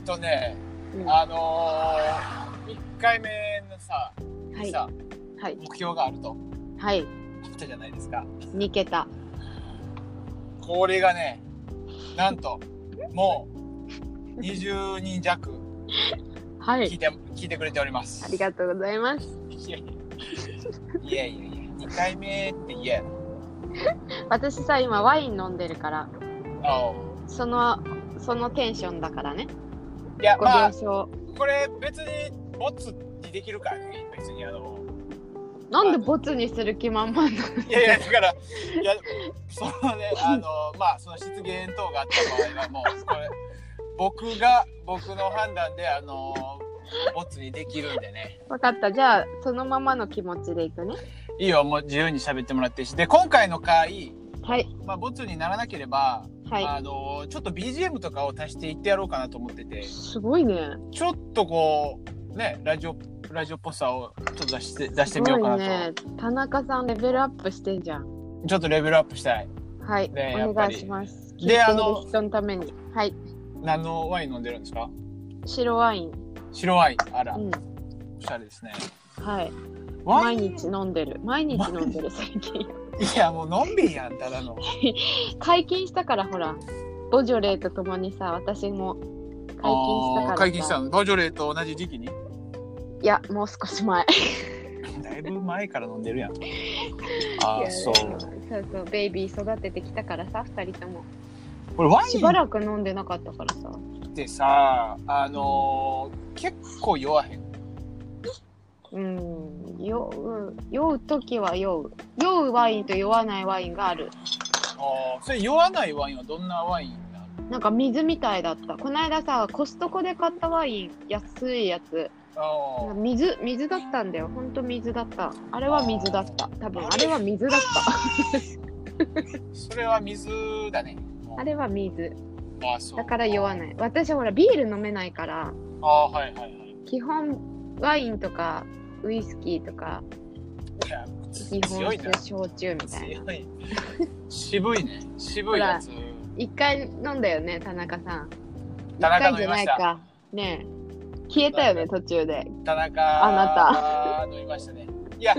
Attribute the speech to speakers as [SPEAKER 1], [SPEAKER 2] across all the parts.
[SPEAKER 1] っとね、
[SPEAKER 2] うんは
[SPEAKER 1] あのー、1回目のさ、
[SPEAKER 2] い
[SPEAKER 1] さ
[SPEAKER 2] はい
[SPEAKER 1] 目標があると
[SPEAKER 2] はい
[SPEAKER 1] 言ったじゃないですか。
[SPEAKER 2] 2桁
[SPEAKER 1] これがね、なんと、もう20人弱
[SPEAKER 2] は
[SPEAKER 1] 聞い
[SPEAKER 2] い
[SPEAKER 1] て、聞いてくれております。
[SPEAKER 2] ありがとうございます
[SPEAKER 1] いやいやいやいやいや、2回目って言え。
[SPEAKER 2] 私さ今ワイン飲んでるから
[SPEAKER 1] ああ
[SPEAKER 2] そのそのテンションだからね
[SPEAKER 1] いや、
[SPEAKER 2] ご
[SPEAKER 1] まあ
[SPEAKER 2] 了、承、
[SPEAKER 1] これ別にボツにできるからね、別にあの、
[SPEAKER 2] なんでボツにする気満々なの
[SPEAKER 1] いやいや、だから、いや、そのね、あの、まあ、その失言等があった場合は、もう、これ、僕が、僕の判断で、あの、ボツにできるんでね。
[SPEAKER 2] 分かったじゃあそのままの気持ちでいくね
[SPEAKER 1] いいよ、もう自由に喋ってもらっていいし。で、今回の回、
[SPEAKER 2] はい
[SPEAKER 1] まあ、ボツにならなければ、
[SPEAKER 2] は
[SPEAKER 1] あの、ちょっと BGM とかを足していってやろうかなと思ってて
[SPEAKER 2] い、すごいね
[SPEAKER 1] ちょっとこう、ね、ラジオ、ラジオっぽさをちょっと出して、出して
[SPEAKER 2] す
[SPEAKER 1] み
[SPEAKER 2] ご
[SPEAKER 1] よう
[SPEAKER 2] い
[SPEAKER 1] かなと。
[SPEAKER 2] ね田中さんレベルアップしてんじゃん
[SPEAKER 1] ちょっとレベルアップしたい。
[SPEAKER 2] はい、
[SPEAKER 1] ねや
[SPEAKER 2] お
[SPEAKER 1] っぱ
[SPEAKER 2] 願
[SPEAKER 1] り
[SPEAKER 2] いします
[SPEAKER 1] であの
[SPEAKER 2] 聞いてる人のためにはい
[SPEAKER 1] 何のワイン飲んでるんですか
[SPEAKER 2] 白ワイン
[SPEAKER 1] 白ワイン。あら、
[SPEAKER 2] う
[SPEAKER 1] お
[SPEAKER 2] ん
[SPEAKER 1] しゃれですね。
[SPEAKER 2] はい
[SPEAKER 1] ワ
[SPEAKER 2] 毎
[SPEAKER 1] イン
[SPEAKER 2] 日飲んでる毎日飲んでる最近
[SPEAKER 1] いや、もうのんびりやん、ただの。
[SPEAKER 2] 解禁したからほらボジョレーとともにさ私も解禁したからさ
[SPEAKER 1] 解禁したの。ボジョレーと同じ時期に。
[SPEAKER 2] いやもう少し前
[SPEAKER 1] だいぶ前から飲んでるや ん。あー、そう。
[SPEAKER 2] そうそうベイビー育ててきたからさ2人とも
[SPEAKER 1] これワイ
[SPEAKER 2] し
[SPEAKER 1] ン
[SPEAKER 2] ばらく飲んでなかったからさ
[SPEAKER 1] ってさ、あのー結構弱へん。
[SPEAKER 2] うん酔う酔う時は酔う酔うワインと酔わないワインがある
[SPEAKER 1] あーそれ酔わないワインはどんなワインなの
[SPEAKER 2] なんか水みたいだったこの間さコストコで買ったワイン安いやつ
[SPEAKER 1] あー
[SPEAKER 2] 水水だったんだよほんと水だったあれは水だった多分あれは水だった
[SPEAKER 1] それは水だね。
[SPEAKER 2] あれは水
[SPEAKER 1] あーそう
[SPEAKER 2] だから酔わない私ほらビール飲めないから
[SPEAKER 1] あーはいはいはい。
[SPEAKER 2] 基本ワインとかウイスキーとか
[SPEAKER 1] いや
[SPEAKER 2] 基
[SPEAKER 1] 強
[SPEAKER 2] 本
[SPEAKER 1] いな
[SPEAKER 2] 酒焼酎みたいな
[SPEAKER 1] 強い。渋いね。渋いやつ。
[SPEAKER 2] 一回飲んだよね田中さん
[SPEAKER 1] 田
[SPEAKER 2] 一
[SPEAKER 1] 中
[SPEAKER 2] 回
[SPEAKER 1] 飲
[SPEAKER 2] じ
[SPEAKER 1] み
[SPEAKER 2] ゃ
[SPEAKER 1] ま
[SPEAKER 2] な
[SPEAKER 1] し
[SPEAKER 2] い
[SPEAKER 1] た。
[SPEAKER 2] かねえ消えたよね途中で
[SPEAKER 1] 田中なた
[SPEAKER 2] あ
[SPEAKER 1] 飲みましたねいや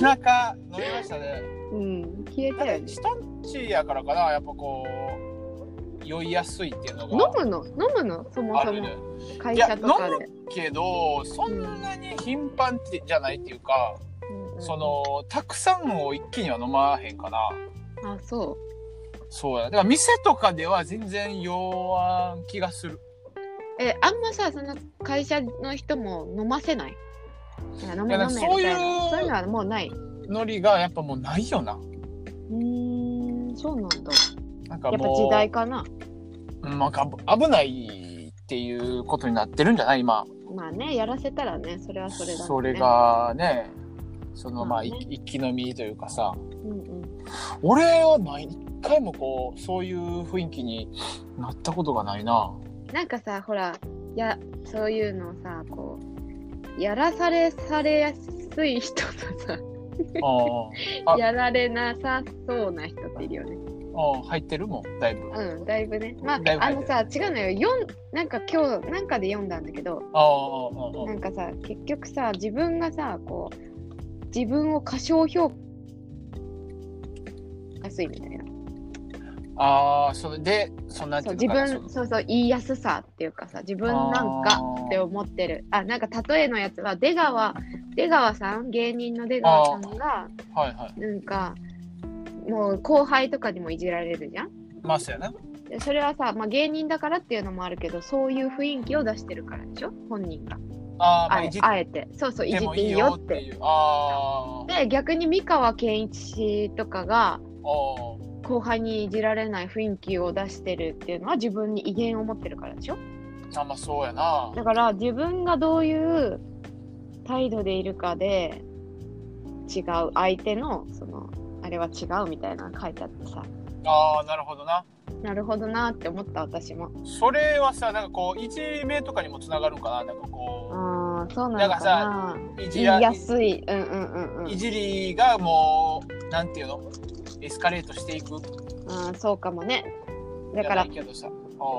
[SPEAKER 1] 田中飲みましたね
[SPEAKER 2] うん消え
[SPEAKER 1] た
[SPEAKER 2] た
[SPEAKER 1] だ
[SPEAKER 2] よね
[SPEAKER 1] 人んちやからかなやっぱこう酔いやすいっていうの
[SPEAKER 2] 飲
[SPEAKER 1] が
[SPEAKER 2] むの飲むのそも
[SPEAKER 1] あ
[SPEAKER 2] そ
[SPEAKER 1] る
[SPEAKER 2] も
[SPEAKER 1] ね
[SPEAKER 2] 会社とか
[SPEAKER 1] いや飲
[SPEAKER 2] で、
[SPEAKER 1] けどそんなに頻繁ってじゃないっていうか、
[SPEAKER 2] うんうん
[SPEAKER 1] そのたくさんを一気には飲まへんかな
[SPEAKER 2] あそ
[SPEAKER 1] そうやだから店とかでは全然酔わん気がする
[SPEAKER 2] うえあんまさその会社の人も飲ませないな
[SPEAKER 1] い
[SPEAKER 2] んか飲め
[SPEAKER 1] やな
[SPEAKER 2] 飲
[SPEAKER 1] ん
[SPEAKER 2] め
[SPEAKER 1] か
[SPEAKER 2] み
[SPEAKER 1] そう
[SPEAKER 2] た
[SPEAKER 1] い
[SPEAKER 2] いうなそういうのはもうない
[SPEAKER 1] ノリがやっぱもうないよな
[SPEAKER 2] うーんそうなんだ
[SPEAKER 1] なんか
[SPEAKER 2] やっぱ
[SPEAKER 1] もう
[SPEAKER 2] 時代かな
[SPEAKER 1] うんなんか危ないっていうことになってるんじゃない今
[SPEAKER 2] まあねやらせたらねそれはそれだ、ね、
[SPEAKER 1] それ、がねそのま
[SPEAKER 2] ま
[SPEAKER 1] あ
[SPEAKER 2] あね
[SPEAKER 1] 一一気飲みというかさ
[SPEAKER 2] うんうん、
[SPEAKER 1] 俺は毎回もこうそういう雰囲気になったことが ないな
[SPEAKER 2] なんかさほらやそういうのをさこうやらされされやすい人とさ
[SPEAKER 1] ああ
[SPEAKER 2] やられなさそうな人っているよね
[SPEAKER 1] ああ入ってるもんだいぶあ
[SPEAKER 2] うんだいぶねまあ
[SPEAKER 1] だいぶ
[SPEAKER 2] あ
[SPEAKER 1] 入って
[SPEAKER 2] の
[SPEAKER 1] る
[SPEAKER 2] さ違うのよ読んなんか今日なんかで読んだんだけど
[SPEAKER 1] ああああ
[SPEAKER 2] なんかさ結局さ自分がさこう自分を過小評価しやすいみたいな
[SPEAKER 1] ああそれでそんなんて
[SPEAKER 2] そう
[SPEAKER 1] いう
[SPEAKER 2] 自
[SPEAKER 1] のかな
[SPEAKER 2] 分そうそう言いやすさっていうかさ自分なんかって思ってるあなんか例えのやつは出川出川さん芸人の出川さんが
[SPEAKER 1] そのはいはい
[SPEAKER 2] なんかもう後輩とかにもいじられるじゃん
[SPEAKER 1] まあそうやな
[SPEAKER 2] でそれはさ、まあ、芸人だからっていうのもあるけどそういう雰囲気を出してるからでしょ本人が
[SPEAKER 1] ああまあ
[SPEAKER 2] あえ
[SPEAKER 1] いじっ
[SPEAKER 2] あえてそうそういじ
[SPEAKER 1] て
[SPEAKER 2] っ
[SPEAKER 1] も
[SPEAKER 2] て
[SPEAKER 1] い
[SPEAKER 2] い
[SPEAKER 1] い
[SPEAKER 2] い
[SPEAKER 1] よ
[SPEAKER 2] よ
[SPEAKER 1] っ
[SPEAKER 2] ってて
[SPEAKER 1] いうあああ
[SPEAKER 2] で逆に三河健一氏とかが
[SPEAKER 1] あ
[SPEAKER 2] 後輩にいじられない雰囲気を出してるっていうのは自分に威厳を持ってるからでしょ
[SPEAKER 1] あまあそうやな
[SPEAKER 2] だから自分がどういう態度でいるかで違う相手のそのあれは違うみたいなの書いてあってさ
[SPEAKER 1] ああなるほどな
[SPEAKER 2] なるほどなって思った私も
[SPEAKER 1] それはさなんかこう一名とかにもつながるんかななんかこ
[SPEAKER 2] あーそうなのかな
[SPEAKER 1] うい
[SPEAKER 2] 言
[SPEAKER 1] じ
[SPEAKER 2] い
[SPEAKER 1] ら
[SPEAKER 2] やすいうんうんうんうん
[SPEAKER 1] いじりがもうなんていうのエスカレートしていく
[SPEAKER 2] うんそうかもねだ
[SPEAKER 1] だ
[SPEAKER 2] から
[SPEAKER 1] けどさ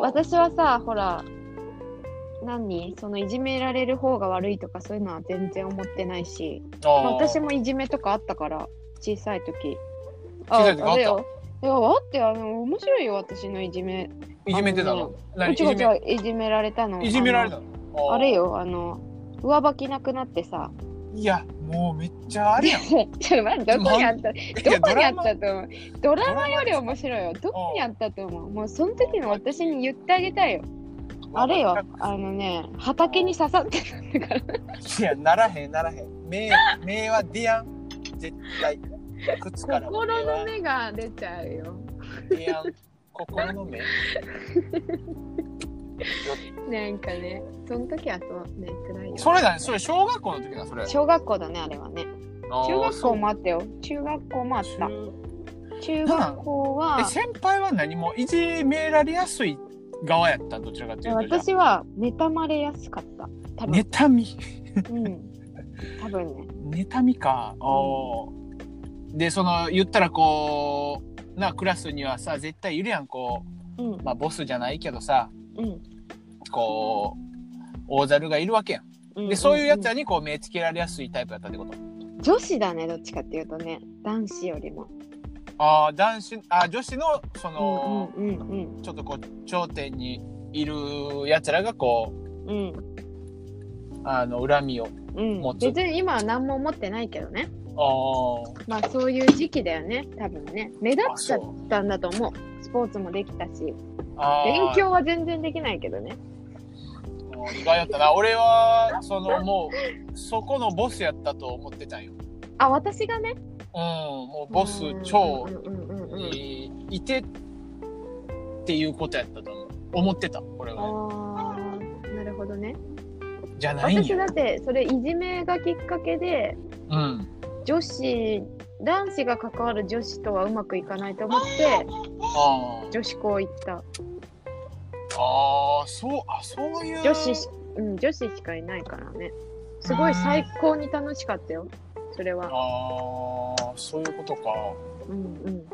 [SPEAKER 2] 私はさほら何そのいじめられる方が悪いとかそういうのは全然思ってないし、
[SPEAKER 1] あ
[SPEAKER 2] まあ
[SPEAKER 1] あ
[SPEAKER 2] 私もいじめとかあったから小さい時
[SPEAKER 1] 小さい時あった
[SPEAKER 2] れよいやあってあの面白いよ私のいじめ
[SPEAKER 1] いじめてたの
[SPEAKER 2] こ
[SPEAKER 1] 何い
[SPEAKER 2] っち
[SPEAKER 1] じ
[SPEAKER 2] こっち
[SPEAKER 1] め
[SPEAKER 2] がいじめられたの
[SPEAKER 1] いじめられた
[SPEAKER 2] あ
[SPEAKER 1] の
[SPEAKER 2] のあれ
[SPEAKER 1] よ
[SPEAKER 2] よあの上履きなくなってさ
[SPEAKER 1] いやもうめっちゃあ れやん
[SPEAKER 2] ちょっと待ってどこにあった
[SPEAKER 1] い
[SPEAKER 2] ど
[SPEAKER 1] や
[SPEAKER 2] こ
[SPEAKER 1] ド
[SPEAKER 2] に
[SPEAKER 1] ラ
[SPEAKER 2] あっ
[SPEAKER 1] マ
[SPEAKER 2] たと思うドラマより
[SPEAKER 1] ドラ
[SPEAKER 2] 面白いよどこにあったと思うもうその時の私に言ってあげたいよあれよあのね畑に刺さってた んだから
[SPEAKER 1] いやならへんならへん目目は出やん絶対靴からは
[SPEAKER 2] 心の目が出ちゃうよ。
[SPEAKER 1] 出やん心の目
[SPEAKER 2] なんかね、その時はそうね、辛いよ。
[SPEAKER 1] それだねそれ小学校の時だそれ
[SPEAKER 2] 小学校だね、あれはね。中学校もあったよ。中学校もあ
[SPEAKER 1] あ
[SPEAKER 2] っ
[SPEAKER 1] ー
[SPEAKER 2] た。
[SPEAKER 1] そう
[SPEAKER 2] 中学校は
[SPEAKER 1] え、先輩は何もいじめられやすい側やったどちらかというとじゃあ
[SPEAKER 2] 私は妬まれやすかった。多分、
[SPEAKER 1] 妬み
[SPEAKER 2] うん。多分ね。
[SPEAKER 1] 妬みか、おーでその言ったらこうなクラスにはさ絶対いるやんこ
[SPEAKER 2] うん
[SPEAKER 1] う、まあ、ボスじゃないけどさ
[SPEAKER 2] うん
[SPEAKER 1] こう大猿がいるわけやん
[SPEAKER 2] うん。
[SPEAKER 1] でそういうやつら
[SPEAKER 2] ん
[SPEAKER 1] にこう目つけられやすいタイプだったってこと
[SPEAKER 2] 女子だね、どっちかっていうとね。男子よりも。
[SPEAKER 1] ああ男子あー女子のその、
[SPEAKER 2] うんうんうん
[SPEAKER 1] ちょっとこう頂点にいるやつらがこう
[SPEAKER 2] うん。
[SPEAKER 1] あの恨みを
[SPEAKER 2] うん、
[SPEAKER 1] 持つ
[SPEAKER 2] 別に今は何も思ってないけどね
[SPEAKER 1] あー
[SPEAKER 2] まあそういう時期だよね多分ね目立っちゃったんだと思うスポーツもできたし
[SPEAKER 1] あー
[SPEAKER 2] 勉強は全然できないけどね。
[SPEAKER 1] もう意外やったな俺はそのもうそこのボスやったと思ってたんよ
[SPEAKER 2] あ、私がね。
[SPEAKER 1] うん、もうボス超
[SPEAKER 2] うんうんうんうんうん。
[SPEAKER 1] にいてっていうことやったと思う思ってたこれは
[SPEAKER 2] あーなるほどね。
[SPEAKER 1] じゃないん
[SPEAKER 2] 私だ
[SPEAKER 1] や
[SPEAKER 2] ってそれいじめがきっかけで
[SPEAKER 1] うん
[SPEAKER 2] 女子男子が関わる女子とはうまくいかないと思って
[SPEAKER 1] あー
[SPEAKER 2] 女子校行った
[SPEAKER 1] あーそうあそういう
[SPEAKER 2] 女子し、うん、女子しかいないからねすごい最高に楽しかったよそれは、
[SPEAKER 1] あーそういうことか
[SPEAKER 2] うんうん、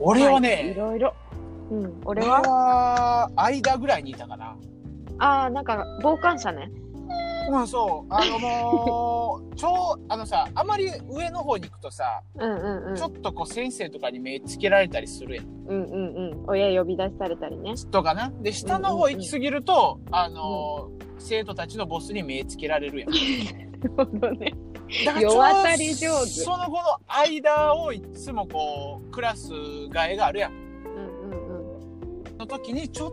[SPEAKER 1] 俺はね、
[SPEAKER 2] いろいろ、うん、俺
[SPEAKER 1] 俺
[SPEAKER 2] は
[SPEAKER 1] は間ぐらいにいたかな
[SPEAKER 2] ああなんか傍観者ね
[SPEAKER 1] うんそうあのもう超あのさあまり上の方に行くとさ
[SPEAKER 2] うんうんうん
[SPEAKER 1] ちょっとこう先生とかに目つけられたりするやん
[SPEAKER 2] うんうんうん親呼び出された りね
[SPEAKER 1] とかなで下の方行き過ぎると、あのー生徒たちのボスに目つけられるやん
[SPEAKER 2] なるほどね
[SPEAKER 1] だからちょうど
[SPEAKER 2] 世渡り上手
[SPEAKER 1] その後の間をいつもこうクラス替えがあるやん
[SPEAKER 2] うんうん
[SPEAKER 1] の時にちょっ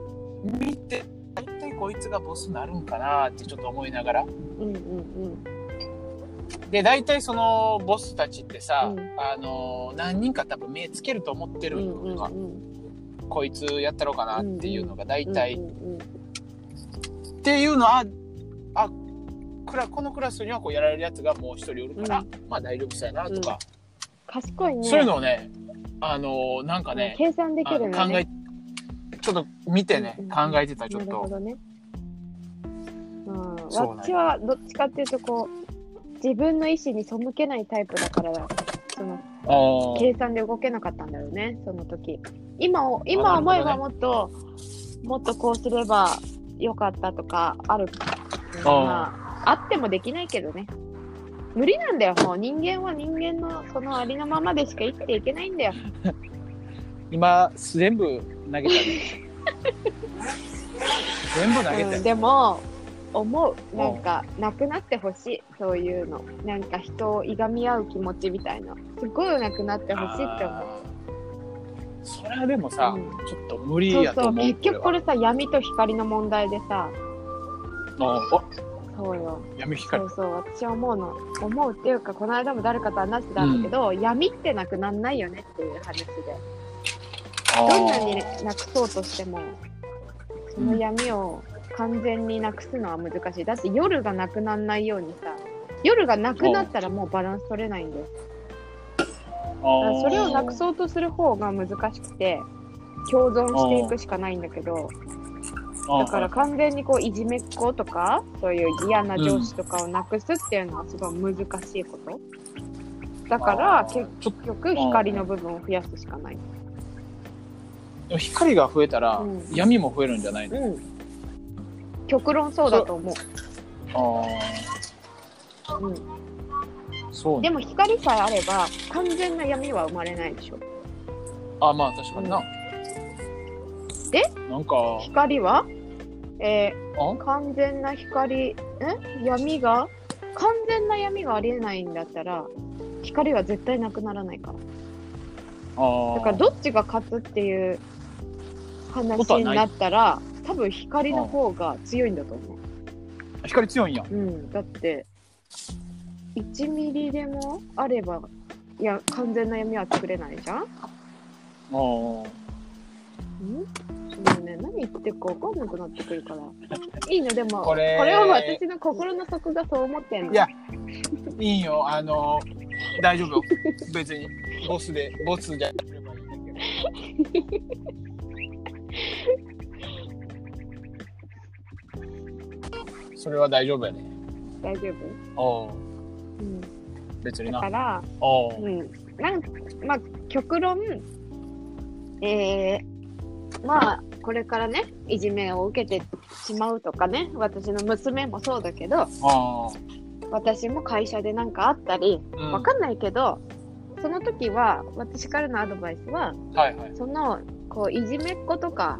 [SPEAKER 1] と見て大体こいつがボスになるんかなってちょっと思いながら
[SPEAKER 2] うんうんうん
[SPEAKER 1] で大体そのボスたちってさ、
[SPEAKER 2] うん
[SPEAKER 1] あのー何人か多分目つけると思って
[SPEAKER 2] う
[SPEAKER 1] る
[SPEAKER 2] んうん
[SPEAKER 1] とか、
[SPEAKER 2] うん
[SPEAKER 1] こいつやったろうかなっていうのが大体、
[SPEAKER 2] うんうんうん
[SPEAKER 1] っていうのはあクラこのクラスにはこうやられるやつがもう一人おるから、
[SPEAKER 2] う
[SPEAKER 1] まあ大丈夫そうやなとか、
[SPEAKER 2] 賢いね
[SPEAKER 1] そういうのをねあのーなんかね
[SPEAKER 2] 計算でき
[SPEAKER 1] あの
[SPEAKER 2] るの
[SPEAKER 1] 考え
[SPEAKER 2] ね
[SPEAKER 1] ちょっと見てね、
[SPEAKER 2] うんうん
[SPEAKER 1] 考えてたちょっ
[SPEAKER 2] なるほ
[SPEAKER 1] と
[SPEAKER 2] どねうん、
[SPEAKER 1] そうなんや
[SPEAKER 2] 私はどっちかっていうとこう自分の意思に背けないタイプだからその
[SPEAKER 1] あー
[SPEAKER 2] 計算で動けなかったんだよねその時今を今思えばもっと、もっとこうすればよかったとかあるまああってもできないけどね無理なんだよもう人間は人間のそのありのままでしか生きていけないんだよ
[SPEAKER 1] 今全部投げた ね全部投げた
[SPEAKER 2] う
[SPEAKER 1] よ
[SPEAKER 2] ん、でも思うなんかなくなってほしいそういうのなんか人をいがみ合う気持ちみたいなすごいなくなってほしいって思う
[SPEAKER 1] あーそれはでもさ、
[SPEAKER 2] うん
[SPEAKER 1] ちょっと無理
[SPEAKER 2] そう
[SPEAKER 1] やと
[SPEAKER 2] そ
[SPEAKER 1] 思
[SPEAKER 2] う
[SPEAKER 1] う
[SPEAKER 2] 結局これさ闇と光の問題でさ
[SPEAKER 1] の
[SPEAKER 2] そうよ
[SPEAKER 1] 闇光
[SPEAKER 2] そうそう私は思うの思うっていうかこの間も誰かと話してたんだけど、闇ってなくなんないよねっていう話で
[SPEAKER 1] あー
[SPEAKER 2] どんなになくそうとしてもその闇を完全になくすのは難しいだって夜がなくならないようにさ夜がなくなったらもうバランス取れないんですだからそれをなくそうとする方が難しくて共存していくしかないんだけどだから完全にこういじめっ子とかそういう嫌な上司とかをなくすっていうのはすごい難しいこと、だから
[SPEAKER 1] あー
[SPEAKER 2] 結局光の部分を増やすしかない、
[SPEAKER 1] でも光が増えたら
[SPEAKER 2] うん
[SPEAKER 1] 闇も増えるんじゃないの、
[SPEAKER 2] うん、極論そうだと思
[SPEAKER 1] あ
[SPEAKER 2] う。う、
[SPEAKER 1] あそうんね
[SPEAKER 2] でも光さえあれば完全な闇は生まれないでしょ。
[SPEAKER 1] あまあ確かにな、
[SPEAKER 2] え
[SPEAKER 1] なんか
[SPEAKER 2] 光は、え
[SPEAKER 1] あ
[SPEAKER 2] ー完全な光、ん闇が完全な闇がありえないんだったら、光は絶対なくならないから。
[SPEAKER 1] あ
[SPEAKER 2] だからどっちが勝つっていう
[SPEAKER 1] こと
[SPEAKER 2] 話
[SPEAKER 1] は
[SPEAKER 2] に
[SPEAKER 1] ない
[SPEAKER 2] なったら、多分光の方が強いんだと思
[SPEAKER 1] あ光強いんや
[SPEAKER 2] う。うん、だって、1ミリでもあれば、いや、完全な闇は作れないじゃんん
[SPEAKER 1] あー
[SPEAKER 2] もうね、何言ってるか分かんなくなってくるから。いいの、でも、
[SPEAKER 1] これ
[SPEAKER 2] は私の心の底がそう思ってんの。
[SPEAKER 1] いやいいよあの大 丈夫よ別にボスでボスじゃなければいいんだけどそれは大丈夫やね
[SPEAKER 2] 大丈夫、
[SPEAKER 1] おう
[SPEAKER 2] うん、
[SPEAKER 1] 別に
[SPEAKER 2] だ
[SPEAKER 1] な
[SPEAKER 2] から、
[SPEAKER 1] お
[SPEAKER 2] う、
[SPEAKER 1] うん
[SPEAKER 2] なんか、まあ、極論、えー、まあ、これからね、いじめを受けてしまうとかね、私の娘もそうだけど、
[SPEAKER 1] あ
[SPEAKER 2] 私も会社でなんかあったり、
[SPEAKER 1] あうん
[SPEAKER 2] わかんないけど、その時は、私からのアドバイスは、
[SPEAKER 1] はいはい
[SPEAKER 2] その、こう、いじめっ子とか、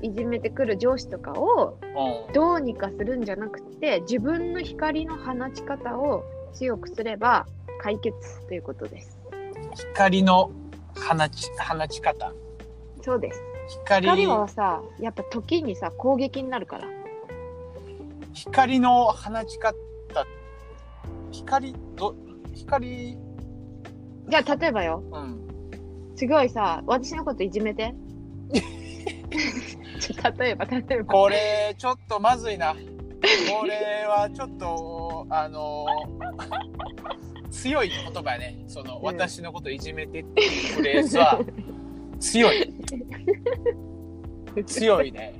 [SPEAKER 2] いじめてくる上司とかを
[SPEAKER 1] おう
[SPEAKER 2] どうにかするんじゃなくて自分の光の放ち方を強くすれば解決ということです。
[SPEAKER 1] 光の放ち放ち方
[SPEAKER 2] そうです。
[SPEAKER 1] 光
[SPEAKER 2] 光はさ、やっぱ時にさ、攻撃になるから。
[SPEAKER 1] 光の放ち方光ど光
[SPEAKER 2] じゃあ、例えばよ、
[SPEAKER 1] うん
[SPEAKER 2] すごいさ、私のこといじめて。 ちょ例えば、例えば。
[SPEAKER 1] これちょっとまずいなこれはちょっとあの強い言葉やねその、
[SPEAKER 2] うん
[SPEAKER 1] 私のこといじめてっていうフレーズは強い強いね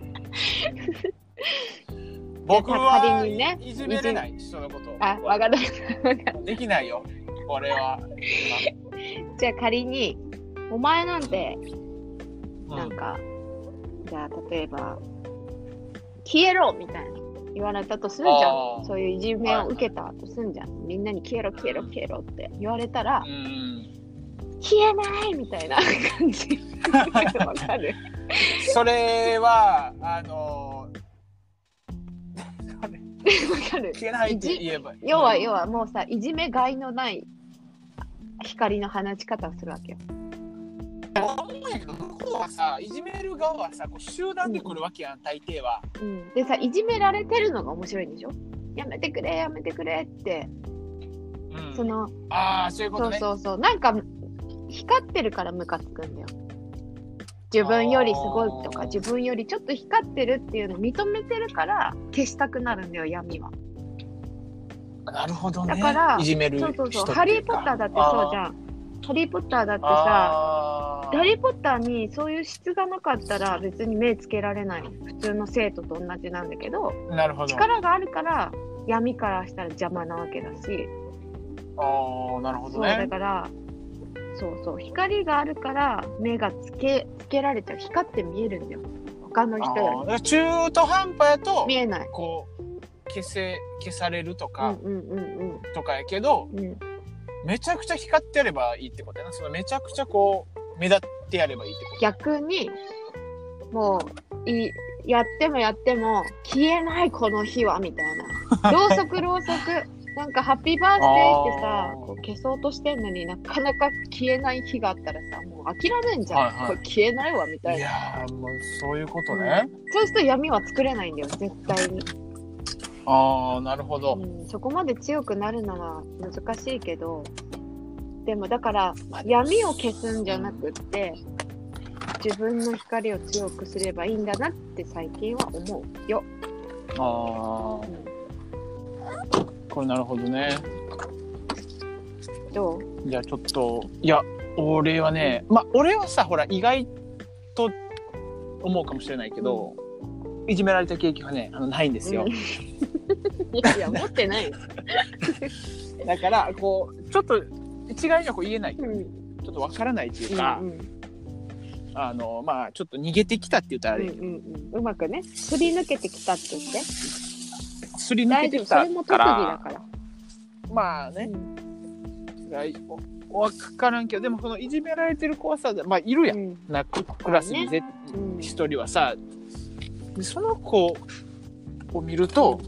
[SPEAKER 1] 僕は
[SPEAKER 2] 仮にね
[SPEAKER 1] いじめれない人のこと
[SPEAKER 2] あ、わかった。わかっ
[SPEAKER 1] できないよこれ は、
[SPEAKER 2] たじゃあ、仮に、お前なんて、
[SPEAKER 1] う
[SPEAKER 2] なん
[SPEAKER 1] ん、
[SPEAKER 2] か、じゃあ、例えば、消えろみたいな言われたとするじゃ
[SPEAKER 1] あ
[SPEAKER 2] ん。
[SPEAKER 1] ー
[SPEAKER 2] そういういじめを受けたとするじゃん。みんなに消えろ、消えろ、消えろって言われたら
[SPEAKER 1] う、ん
[SPEAKER 2] 消えないみたいな 感じ。わかる
[SPEAKER 1] それはあの
[SPEAKER 2] わかる
[SPEAKER 1] 消えないって言えばいい
[SPEAKER 2] 要は要はもうさいじめがいのない光の放ち方をするわけよ。
[SPEAKER 1] 思うんやけど向こうはさいじめる側はさこう集団で来るわけやん大抵は
[SPEAKER 2] うん、でさいじめられてるのが面白いんでしょやめてくれやめてくれって
[SPEAKER 1] うん
[SPEAKER 2] その
[SPEAKER 1] ああそういうこ
[SPEAKER 2] そ
[SPEAKER 1] と
[SPEAKER 2] う
[SPEAKER 1] ね
[SPEAKER 2] そうそうなんか光ってるからムカつくんだよ。自分よりすごいと
[SPEAKER 1] あ
[SPEAKER 2] か
[SPEAKER 1] ー
[SPEAKER 2] 自分よりちょっと光ってるっていうのを認めてるから消したくなるんだよ闇は。
[SPEAKER 1] なるほどね
[SPEAKER 2] だから
[SPEAKER 1] いじめる
[SPEAKER 2] そ
[SPEAKER 1] 人っ
[SPEAKER 2] う
[SPEAKER 1] てい
[SPEAKER 2] そううそう「
[SPEAKER 1] か
[SPEAKER 2] ハリー・ポッター」だってそうじゃん。ハリー・ポッターだってさ
[SPEAKER 1] あー
[SPEAKER 2] ハリー・ポッターにそういう質がなかったら別に目つけられない普通の生徒と同じなんだけど
[SPEAKER 1] なるほど
[SPEAKER 2] 力があるから闇からしたら邪魔なわけだし
[SPEAKER 1] ああなるほ
[SPEAKER 2] そ
[SPEAKER 1] ど
[SPEAKER 2] うだ
[SPEAKER 1] ね
[SPEAKER 2] からそうそう光があるから目がつけつけられちゃう光って見えるんだよ他の人よ
[SPEAKER 1] あー中途半端や
[SPEAKER 2] り
[SPEAKER 1] と
[SPEAKER 2] 見えない
[SPEAKER 1] こう消せ消されると
[SPEAKER 2] うん
[SPEAKER 1] か、
[SPEAKER 2] うんうん
[SPEAKER 1] とかやけど
[SPEAKER 2] うんうん
[SPEAKER 1] めちゃくちゃ光ってやればいいってことやなそのめちゃくちゃこう目立ってやればいいってこと
[SPEAKER 2] 逆にもういやってもやっても消えないこの日はみたい なろうそくろうそくなんかハッピーバースデーってさ
[SPEAKER 1] あー
[SPEAKER 2] こう消そうとしてんのになかなか消えない日があったらさもう諦めんじゃん、
[SPEAKER 1] はいはい
[SPEAKER 2] これ消えないわみたい
[SPEAKER 1] い
[SPEAKER 2] な
[SPEAKER 1] やーもうそういうことね、
[SPEAKER 2] そうすると闇は作れないんだよ絶対に、
[SPEAKER 1] ああなるほど、
[SPEAKER 2] うん、そこまで強くなるのは難しいけどでもだから
[SPEAKER 1] まあ
[SPEAKER 2] 闇を消すんじゃなくって自分の光を強くすればいいんだなって最近は思うよ。
[SPEAKER 1] あ
[SPEAKER 2] うん
[SPEAKER 1] あこれなるほどね
[SPEAKER 2] どう
[SPEAKER 1] じゃあちょっといや俺はねまあ俺はさほら意外と思うかもしれないけど、いじめられた経験はねあのないんです よ、
[SPEAKER 2] うんいやいや、持っ てないよ。
[SPEAKER 1] だからこうちょっと一概にはこう言えないちょっとわからないっていうか、
[SPEAKER 2] うん
[SPEAKER 1] あのまあちょっと逃げてきたって言ったらあ
[SPEAKER 2] う
[SPEAKER 1] れ
[SPEAKER 2] ん
[SPEAKER 1] や
[SPEAKER 2] う
[SPEAKER 1] けど、
[SPEAKER 2] んうん、うまくね、すり抜けてきたって言って。
[SPEAKER 1] すり抜
[SPEAKER 2] 大
[SPEAKER 1] けて
[SPEAKER 2] 丈夫、
[SPEAKER 1] き
[SPEAKER 2] そ
[SPEAKER 1] た
[SPEAKER 2] れも
[SPEAKER 1] か
[SPEAKER 2] 特技だ
[SPEAKER 1] ら
[SPEAKER 2] から。
[SPEAKER 1] まあね
[SPEAKER 2] うん
[SPEAKER 1] 来おわからんけどでもそのいじめられてる子はさまあいるやん、
[SPEAKER 2] うん
[SPEAKER 1] なクラスにぜ
[SPEAKER 2] うん
[SPEAKER 1] 一、人はさでその子を見ると、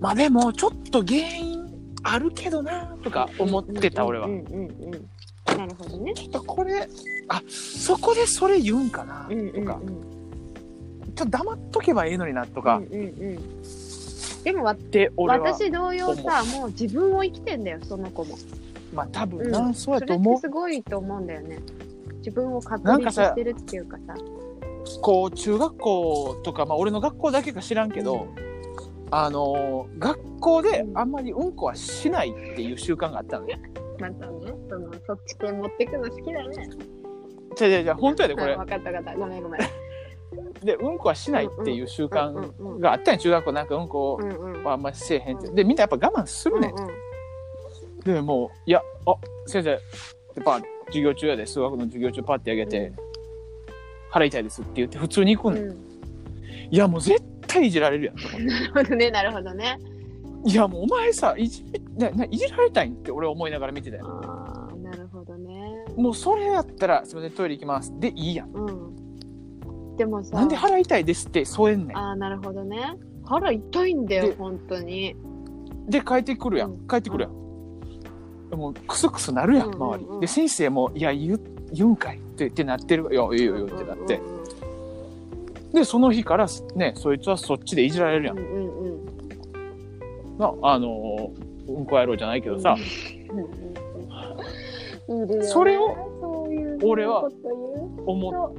[SPEAKER 1] まあでもちょっと原因あるけどなとか思ってた俺は、
[SPEAKER 2] うんうんうんうん。なるほどね。
[SPEAKER 1] ちょっとこれあそこでそれ言うんかなとか、
[SPEAKER 2] うんうんうん。
[SPEAKER 1] ちょっと黙っとけばええのになとか、
[SPEAKER 2] う
[SPEAKER 1] っ
[SPEAKER 2] んうんうん。でもわ
[SPEAKER 1] て俺は
[SPEAKER 2] 私同様さ、もう自分を生きてんだよ、その子も。
[SPEAKER 1] まあ多分な、
[SPEAKER 2] うん
[SPEAKER 1] そう
[SPEAKER 2] そ
[SPEAKER 1] や
[SPEAKER 2] れ
[SPEAKER 1] と
[SPEAKER 2] っ
[SPEAKER 1] 思
[SPEAKER 2] て
[SPEAKER 1] う
[SPEAKER 2] すごいと思うんだよね。自分を確
[SPEAKER 1] なん
[SPEAKER 2] 立
[SPEAKER 1] かさ
[SPEAKER 2] してるっていうかさ。
[SPEAKER 1] こう中学校とか、まあ、俺の学校だけか知らんけど、あのー学校であんまりうんこはしないっていう習慣があったのね。
[SPEAKER 2] またね、そのそっち系持ってくの好きだね。
[SPEAKER 1] じゃじゃじゃ本当やでこ
[SPEAKER 2] はい
[SPEAKER 1] れ
[SPEAKER 2] わかったわかった。ごめんごめん。
[SPEAKER 1] でうんこはしないっていう習慣
[SPEAKER 2] うんうんうん
[SPEAKER 1] があったんや中学校なんかうんこ
[SPEAKER 2] うんうん。
[SPEAKER 1] はあんまりせえへんって
[SPEAKER 2] う
[SPEAKER 1] でみんなやっぱ我慢するねん
[SPEAKER 2] うんうん
[SPEAKER 1] でもういやあ先生やっぱ授業中やで数学の授業中パッてあげて、
[SPEAKER 2] うん
[SPEAKER 1] 腹痛いですって言って普通に行くん、
[SPEAKER 2] うん
[SPEAKER 1] いやもう絶対いじられるやんと思って
[SPEAKER 2] なるほどね、なるほどね。
[SPEAKER 1] いやもうお前さいじなないじられたいんって俺思いながら見てたよ
[SPEAKER 2] ああ、なるほどね。
[SPEAKER 1] もうそれやったらすみませんトイレ行きますでいいやん
[SPEAKER 2] うん。でもさ、
[SPEAKER 1] なんで腹痛いですって添えんね
[SPEAKER 2] ああ、なるほどね。腹痛いんだよ
[SPEAKER 1] で、
[SPEAKER 2] 本当に。
[SPEAKER 1] んで帰ってくるや
[SPEAKER 2] うん
[SPEAKER 1] ん帰ってくるやん、もうクスクスなるやん
[SPEAKER 2] うん
[SPEAKER 1] 周り、
[SPEAKER 2] うんうん
[SPEAKER 1] で先生も「いや言う言うんかい」ってってなってるよ「いやいいよいいよ」ってなって、でその日からねそいつはそっちでいじられるやん
[SPEAKER 2] うんうんうん。うん
[SPEAKER 1] なあのうんこ野郎じゃないけどさ、
[SPEAKER 2] うんうん。いるよね
[SPEAKER 1] それを、
[SPEAKER 2] そういう
[SPEAKER 1] 俺は
[SPEAKER 2] こと言
[SPEAKER 1] 思っ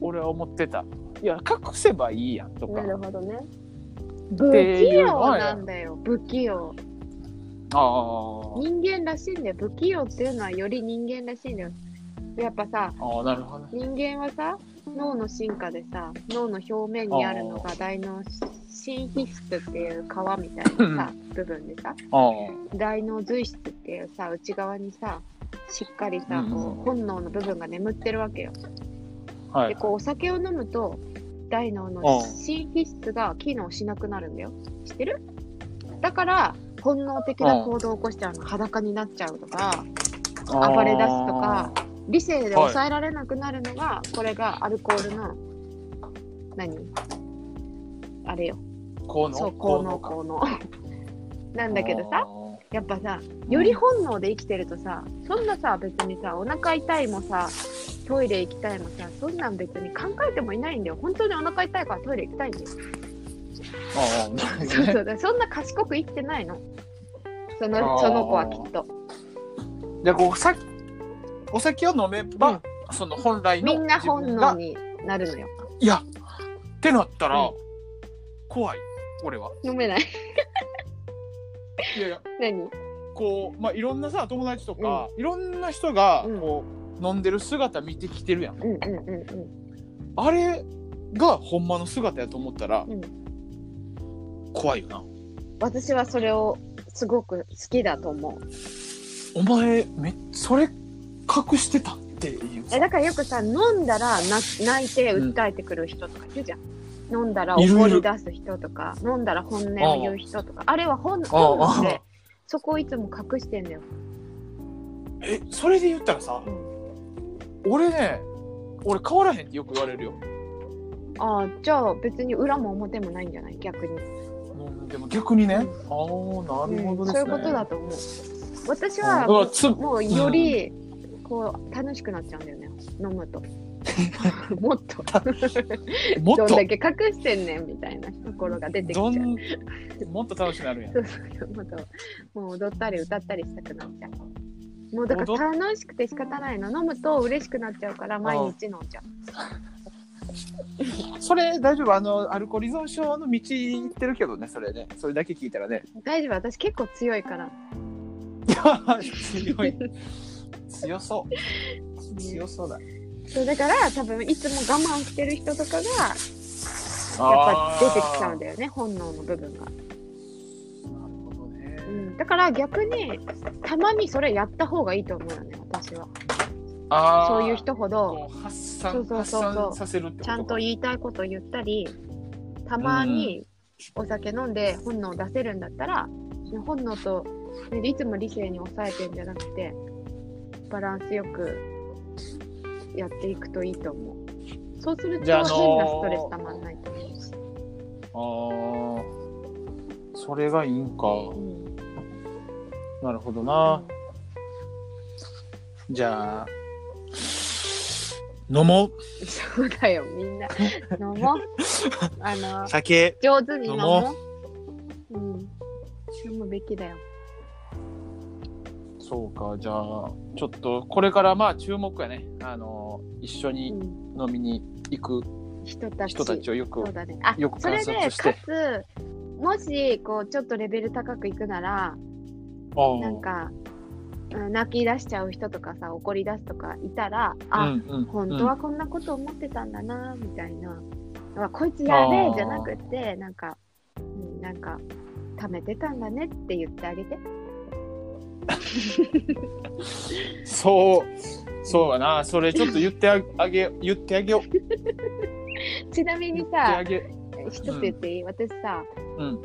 [SPEAKER 1] 俺は思ってたいや隠せばいいやんと
[SPEAKER 2] う
[SPEAKER 1] か
[SPEAKER 2] なるほどね。不
[SPEAKER 1] て
[SPEAKER 2] 器
[SPEAKER 1] いうの
[SPEAKER 2] 用
[SPEAKER 1] は
[SPEAKER 2] なんだよ、不器用。
[SPEAKER 1] あ
[SPEAKER 2] 人間らしいんだよ、不器用っていうのはより人間らしいんだよ。やっぱさ、
[SPEAKER 1] ーあーなるほどね
[SPEAKER 2] 人間はさ脳の進化でさ脳の表面にあるのが大脳新皮質っていう皮みたいなさ部分でさ
[SPEAKER 1] あ
[SPEAKER 2] 大脳髄質っていうさ内側にさしっかりさ
[SPEAKER 1] うんうん
[SPEAKER 2] こう本能の部分が眠ってるわけよ。
[SPEAKER 1] あは
[SPEAKER 2] で
[SPEAKER 1] い
[SPEAKER 2] こうお酒を飲むと大脳の新皮質が機能しなくなるんだよ。知ってるだから本能的な行動を起こしちゃうの裸になっちゃうとか。暴れ出すとか理性で抑えられなくなるのが、これがアルコールの何あれよ
[SPEAKER 1] こうの
[SPEAKER 2] そう効能効能 なんだけどさやっぱさより本能で生きてるとさそんなさ別にさお腹痛いもさトイレ行きたいもさそんなん別に考えてもいないんだよ本当にお腹痛いからトイレ行きたいんだよ
[SPEAKER 1] あーな るほ
[SPEAKER 2] そう
[SPEAKER 1] どね
[SPEAKER 2] そうだそんな賢く生きてないのそ
[SPEAKER 1] あ
[SPEAKER 2] の
[SPEAKER 1] ー
[SPEAKER 2] その子はきっと
[SPEAKER 1] でこうさお酒を飲めば、その本来の
[SPEAKER 2] みんな本
[SPEAKER 1] 自分
[SPEAKER 2] 能
[SPEAKER 1] が
[SPEAKER 2] になるのよ
[SPEAKER 1] いやってなったら、
[SPEAKER 2] うん
[SPEAKER 1] 怖い俺は
[SPEAKER 2] 飲めない
[SPEAKER 1] いやいや
[SPEAKER 2] 何
[SPEAKER 1] こうまあいろんなさ友達とか、いろんな人が
[SPEAKER 2] うん
[SPEAKER 1] こう、飲んでる姿見てきてるやん
[SPEAKER 2] うんうんうんうん
[SPEAKER 1] あれがほんまの姿やと思ったら、
[SPEAKER 2] うん
[SPEAKER 1] 怖いよな
[SPEAKER 2] 私はそれをすごく好きだと思う
[SPEAKER 1] お前めそれ隠してたっていう
[SPEAKER 2] えだからよくさ飲んだらな泣いて訴えてくる人とかいるじゃん、飲んだら
[SPEAKER 1] いるいる
[SPEAKER 2] 怒り出す人とか飲んだら本音を言う人とかあれは本本能
[SPEAKER 1] ああ
[SPEAKER 2] でそこをいつも隠してんだよ
[SPEAKER 1] えそれで言ったらさ、
[SPEAKER 2] う
[SPEAKER 1] 俺ね俺変わらへんってよく言われるよ
[SPEAKER 2] ああじゃあ別に裏も表もないんじゃない逆に、
[SPEAKER 1] うんでも逆にね、
[SPEAKER 2] うん
[SPEAKER 1] ああなるほ
[SPEAKER 2] う
[SPEAKER 1] どで
[SPEAKER 2] ん
[SPEAKER 1] す
[SPEAKER 2] そう
[SPEAKER 1] ね、
[SPEAKER 2] いうことだと思う私
[SPEAKER 1] うんうわ
[SPEAKER 2] は
[SPEAKER 1] つ
[SPEAKER 2] もうよりこう楽しくなっちゃうんだよね飲 むともっと
[SPEAKER 1] もっ
[SPEAKER 2] どん
[SPEAKER 1] と
[SPEAKER 2] だけ隠してんねんみたいなところが出てきちゃ
[SPEAKER 1] ど
[SPEAKER 2] うん
[SPEAKER 1] もっと楽しくなるやん
[SPEAKER 2] そうそうまたもう踊ったり歌ったりしたくなっちゃう。もうだから楽しくて仕方ないの。飲むと嬉しくなっちゃうから毎日飲んじゃう。
[SPEAKER 1] それ大丈夫あのアルコール依存症の道行ってるけどねそれねそれだけ聞いたらね
[SPEAKER 2] 大丈夫、私結構強いから。
[SPEAKER 1] 強い強そう強そうだやっ
[SPEAKER 2] そうだから多分いつも我慢してる人とかがやっぱ出てきちゃうんだよね、本能の部分が。
[SPEAKER 1] なるほどね
[SPEAKER 2] うん、だから逆にたまにそれやった方がいいと思うよね、私は。
[SPEAKER 1] あー
[SPEAKER 2] そういう人ほど
[SPEAKER 1] こう発
[SPEAKER 2] そう
[SPEAKER 1] 散
[SPEAKER 2] そう
[SPEAKER 1] 発
[SPEAKER 2] そうそう
[SPEAKER 1] 散させるってこと
[SPEAKER 2] ちゃんと言いたいこと言ったりたまにお酒飲んで本能を出せるんだったら本能と、ね、いつも理性に抑えてんじゃなくてバランスよくやっていくといいと思うそうすると
[SPEAKER 1] じゃあ
[SPEAKER 2] 変
[SPEAKER 1] あ
[SPEAKER 2] な
[SPEAKER 1] のー
[SPEAKER 2] ストレスたまんないと思うし、
[SPEAKER 1] あーそれがいいんか
[SPEAKER 2] うん
[SPEAKER 1] なるほどなじゃあ飲もう
[SPEAKER 2] そうだよ みんな飲もうあの
[SPEAKER 1] 酒
[SPEAKER 2] 上手に飲も
[SPEAKER 1] 飲
[SPEAKER 2] ううん飲むべきだよ
[SPEAKER 1] そうかじゃあちょっとこれからまあ注目やねあの一緒に
[SPEAKER 2] うん
[SPEAKER 1] 飲みに行く
[SPEAKER 2] 人たち
[SPEAKER 1] 人たちをよく
[SPEAKER 2] そうだね。あ、
[SPEAKER 1] よく
[SPEAKER 2] それで
[SPEAKER 1] 観察して
[SPEAKER 2] かつもしこうちょっとレベル高くいくなら
[SPEAKER 1] あ
[SPEAKER 2] なんか、うん、泣き出しちゃう人とかさ怒り出すとかいたら、
[SPEAKER 1] あ、
[SPEAKER 2] あ、
[SPEAKER 1] うんうん、
[SPEAKER 2] 本当はこんなこと思ってたんだなみたいな、うわこいつやべえじゃなくてなんか、うん、なんか溜めてたんだねって言ってあげて。
[SPEAKER 1] うんそうそうやなそれちょっと言ってああげ言ってあげよう言って
[SPEAKER 2] ちなみに
[SPEAKER 1] あ
[SPEAKER 2] さ、
[SPEAKER 1] げ
[SPEAKER 2] 一つ言っていい、私さ、
[SPEAKER 1] うん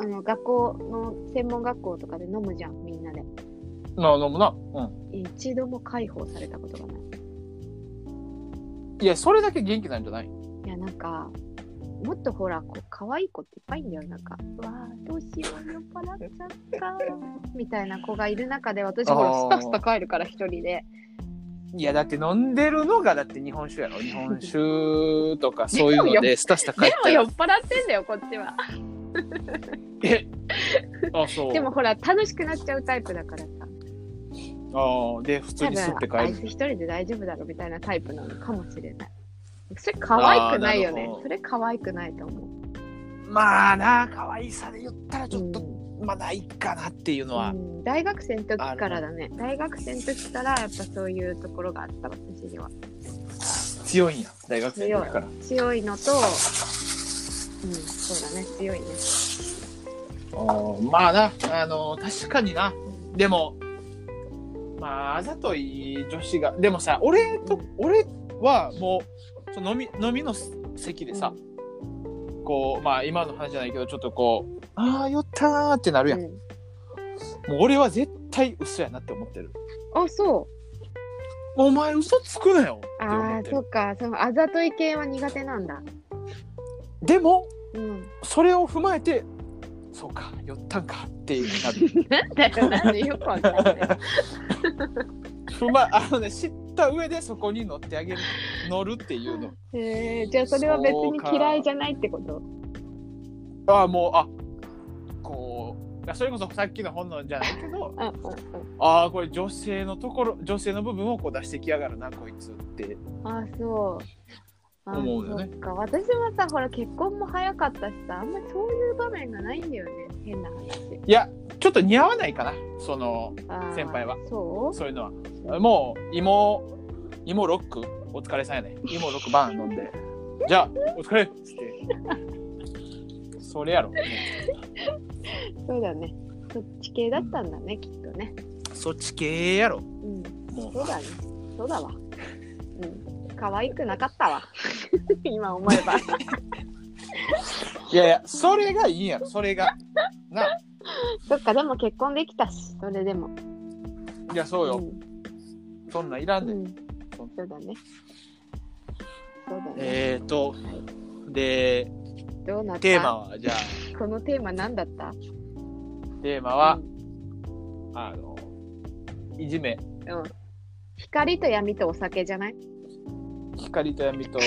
[SPEAKER 2] あの学校の専門学校とかで飲むじゃんみんなで。
[SPEAKER 1] な飲むなうん
[SPEAKER 2] 一度も解放されたことがない。
[SPEAKER 1] いやそれだけ元気なんじゃない
[SPEAKER 2] いやなんかもっとほらこう可愛い子っていっぱいいんだよなんかうわあどうしよう酔っ払っち ゃったみたいな子がいる中で私ほら
[SPEAKER 1] あー
[SPEAKER 2] スタスタ帰るから一人で
[SPEAKER 1] いやだって飲んでるのがだって日本酒やろ日本酒とかそういうのでスタスタ帰っ
[SPEAKER 2] でも
[SPEAKER 1] た
[SPEAKER 2] 酔
[SPEAKER 1] よ
[SPEAKER 2] っ払ってんだよこっちは
[SPEAKER 1] えあそう
[SPEAKER 2] でもほら楽しくなっちゃうタイプだからさ
[SPEAKER 1] あーで普通
[SPEAKER 2] 多
[SPEAKER 1] に吸って
[SPEAKER 2] 分あい
[SPEAKER 1] 帰
[SPEAKER 2] つ
[SPEAKER 1] る
[SPEAKER 2] 一人で大丈夫だろみたいなタイプなのかもしれないそれ可愛くないよ
[SPEAKER 1] あーなる
[SPEAKER 2] ね
[SPEAKER 1] ほど
[SPEAKER 2] それ可愛くないと思う
[SPEAKER 1] まあな可愛さで言ったらちょっと、
[SPEAKER 2] うん
[SPEAKER 1] まあないかなっていうのは、
[SPEAKER 2] うん大学生の時からだね大学生の時からやっぱそういうところがあった私には
[SPEAKER 1] 強いんや大学生の時から
[SPEAKER 2] 強いのと、うん、そうだね、強いね。
[SPEAKER 1] あーまあなあの確かになでもまああざとい女子がでもさ俺と、
[SPEAKER 2] うん
[SPEAKER 1] 俺はもうその飲み飲みの席でさ、こうまあ今の話じゃないけどちょっとこうああ酔ったーってなる
[SPEAKER 2] う
[SPEAKER 1] やん、
[SPEAKER 2] ん、
[SPEAKER 1] もう俺は絶対嘘やなって思ってる
[SPEAKER 2] あ、そ
[SPEAKER 1] お前嘘つくなよっ
[SPEAKER 2] う。
[SPEAKER 1] て思
[SPEAKER 2] あ
[SPEAKER 1] っ
[SPEAKER 2] あ、
[SPEAKER 1] て
[SPEAKER 2] そ
[SPEAKER 1] る
[SPEAKER 2] っか、そのあざとい系は苦手なんだ。
[SPEAKER 1] でも
[SPEAKER 2] うん。
[SPEAKER 1] それを踏まえてそうか酔ったんかってな る
[SPEAKER 2] なんだよ、なんでよくわかんない。
[SPEAKER 1] 踏まあのね知った上でそこに乗ってあげる乗るっていうの
[SPEAKER 2] えー、じゃあそれは別に嫌いじゃないってこと
[SPEAKER 1] ああもうあこういやそれこそさっきの本能じゃないけど
[SPEAKER 2] うんうん
[SPEAKER 1] ああこれ女性のところ女性の部分をこう出してきやがるなこいつって
[SPEAKER 2] うん。あーそう。あー
[SPEAKER 1] 思うよね
[SPEAKER 2] そっか私はさほら結婚も早かったしさあんまりそういう場面がないんだよね変な話
[SPEAKER 1] いやちょっと似合わないかなその
[SPEAKER 2] あー
[SPEAKER 1] 先輩は
[SPEAKER 2] そ
[SPEAKER 1] そういうのはもう芋芋ロックお疲れさんやね芋ロックバーン飲んでじゃあお疲れっつってそれやろ
[SPEAKER 2] うそうだねそっち系だったんだねきっとね
[SPEAKER 1] そっち系やろ
[SPEAKER 2] うん
[SPEAKER 1] も
[SPEAKER 2] そうだね。そうだわ。うん。可愛くなかったわ。 今思え ば。
[SPEAKER 1] ういやいやそれがいいやろそれがな
[SPEAKER 2] そっか、でも結婚できたし、それでも。
[SPEAKER 1] いやそうよそんなんいら
[SPEAKER 2] うんん。
[SPEAKER 1] ね
[SPEAKER 2] うんんそうだね。そうだね。
[SPEAKER 1] えーとで
[SPEAKER 2] どうなった
[SPEAKER 1] テーマはじゃあ
[SPEAKER 2] このテーマ何だった
[SPEAKER 1] テーマは
[SPEAKER 2] う、ん
[SPEAKER 1] あのいじめ
[SPEAKER 2] うん。光と闇とお酒じゃない
[SPEAKER 1] 光と闇と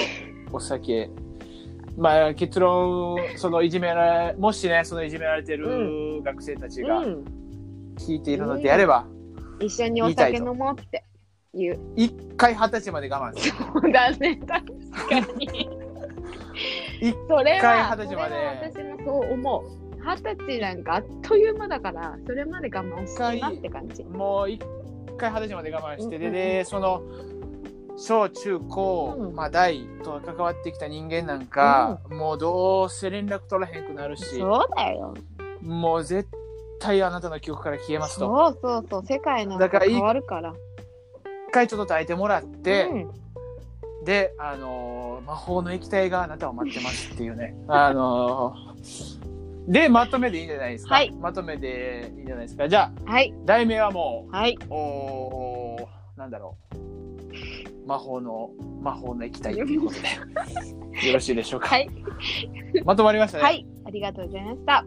[SPEAKER 1] お酒まあ結論そのいじめられもしねそのいじめられてる学生たち
[SPEAKER 2] う
[SPEAKER 1] が
[SPEAKER 2] ん。
[SPEAKER 1] 聞いているのであれば、
[SPEAKER 2] 一緒にお酒飲もうって言う。
[SPEAKER 1] 一回二十歳まで我慢する
[SPEAKER 2] そうだね、確かに。
[SPEAKER 1] 一
[SPEAKER 2] それは、
[SPEAKER 1] 回二十歳まで
[SPEAKER 2] それは私もそう思う。二十歳なんかあっという間だから、それまで我慢してなって感じ。
[SPEAKER 1] もう一回二十歳まで我慢して、
[SPEAKER 2] うんうんう
[SPEAKER 1] で
[SPEAKER 2] ん
[SPEAKER 1] でその小中高、
[SPEAKER 2] うん
[SPEAKER 1] まあ、大と関わってきた人間なんか、もうどうせ連絡取らへんくなるし
[SPEAKER 2] そうだよ。
[SPEAKER 1] もう絶対あなたの記憶から消えますと
[SPEAKER 2] そうそうそう、世界なん
[SPEAKER 1] だ
[SPEAKER 2] か
[SPEAKER 1] からいい
[SPEAKER 2] 変わるから。
[SPEAKER 1] 回ちょっと耐えてもらって、
[SPEAKER 2] うん
[SPEAKER 1] で、あのー魔法の液体があなたを待ってますっていう ね。あのーで、まとめでいいんじゃないですか。
[SPEAKER 2] はい
[SPEAKER 1] まとめでいいんじゃないですか。じゃあ、
[SPEAKER 2] はい、
[SPEAKER 1] 題名はも
[SPEAKER 2] はい、
[SPEAKER 1] う、おーなんだろう。魔法の、魔法の液体ということで。よろしいでしょうか。
[SPEAKER 2] はい、
[SPEAKER 1] まとまりましたね。
[SPEAKER 2] はい、ありがとうございました。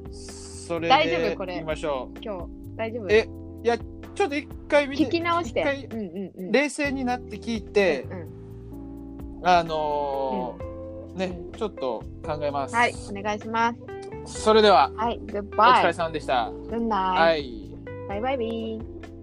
[SPEAKER 1] それで、
[SPEAKER 2] 大丈夫これ
[SPEAKER 1] 行きましょう。
[SPEAKER 2] 今日、大丈夫
[SPEAKER 1] えちょっと一回見
[SPEAKER 2] 聞
[SPEAKER 1] て、
[SPEAKER 2] き直して。
[SPEAKER 1] 一回
[SPEAKER 2] うんうんうん。
[SPEAKER 1] 冷静になって聞いて、
[SPEAKER 2] うん
[SPEAKER 1] あのーね
[SPEAKER 2] う、
[SPEAKER 1] ちょっと考えます。
[SPEAKER 2] はい、お願いします。
[SPEAKER 1] それでは、
[SPEAKER 2] はい、グ
[SPEAKER 1] お
[SPEAKER 2] ッ
[SPEAKER 1] 疲
[SPEAKER 2] バ
[SPEAKER 1] れ
[SPEAKER 2] イ。
[SPEAKER 1] さんでした。
[SPEAKER 2] グンナ
[SPEAKER 1] は
[SPEAKER 2] イ。
[SPEAKER 1] い
[SPEAKER 2] バイバイビー。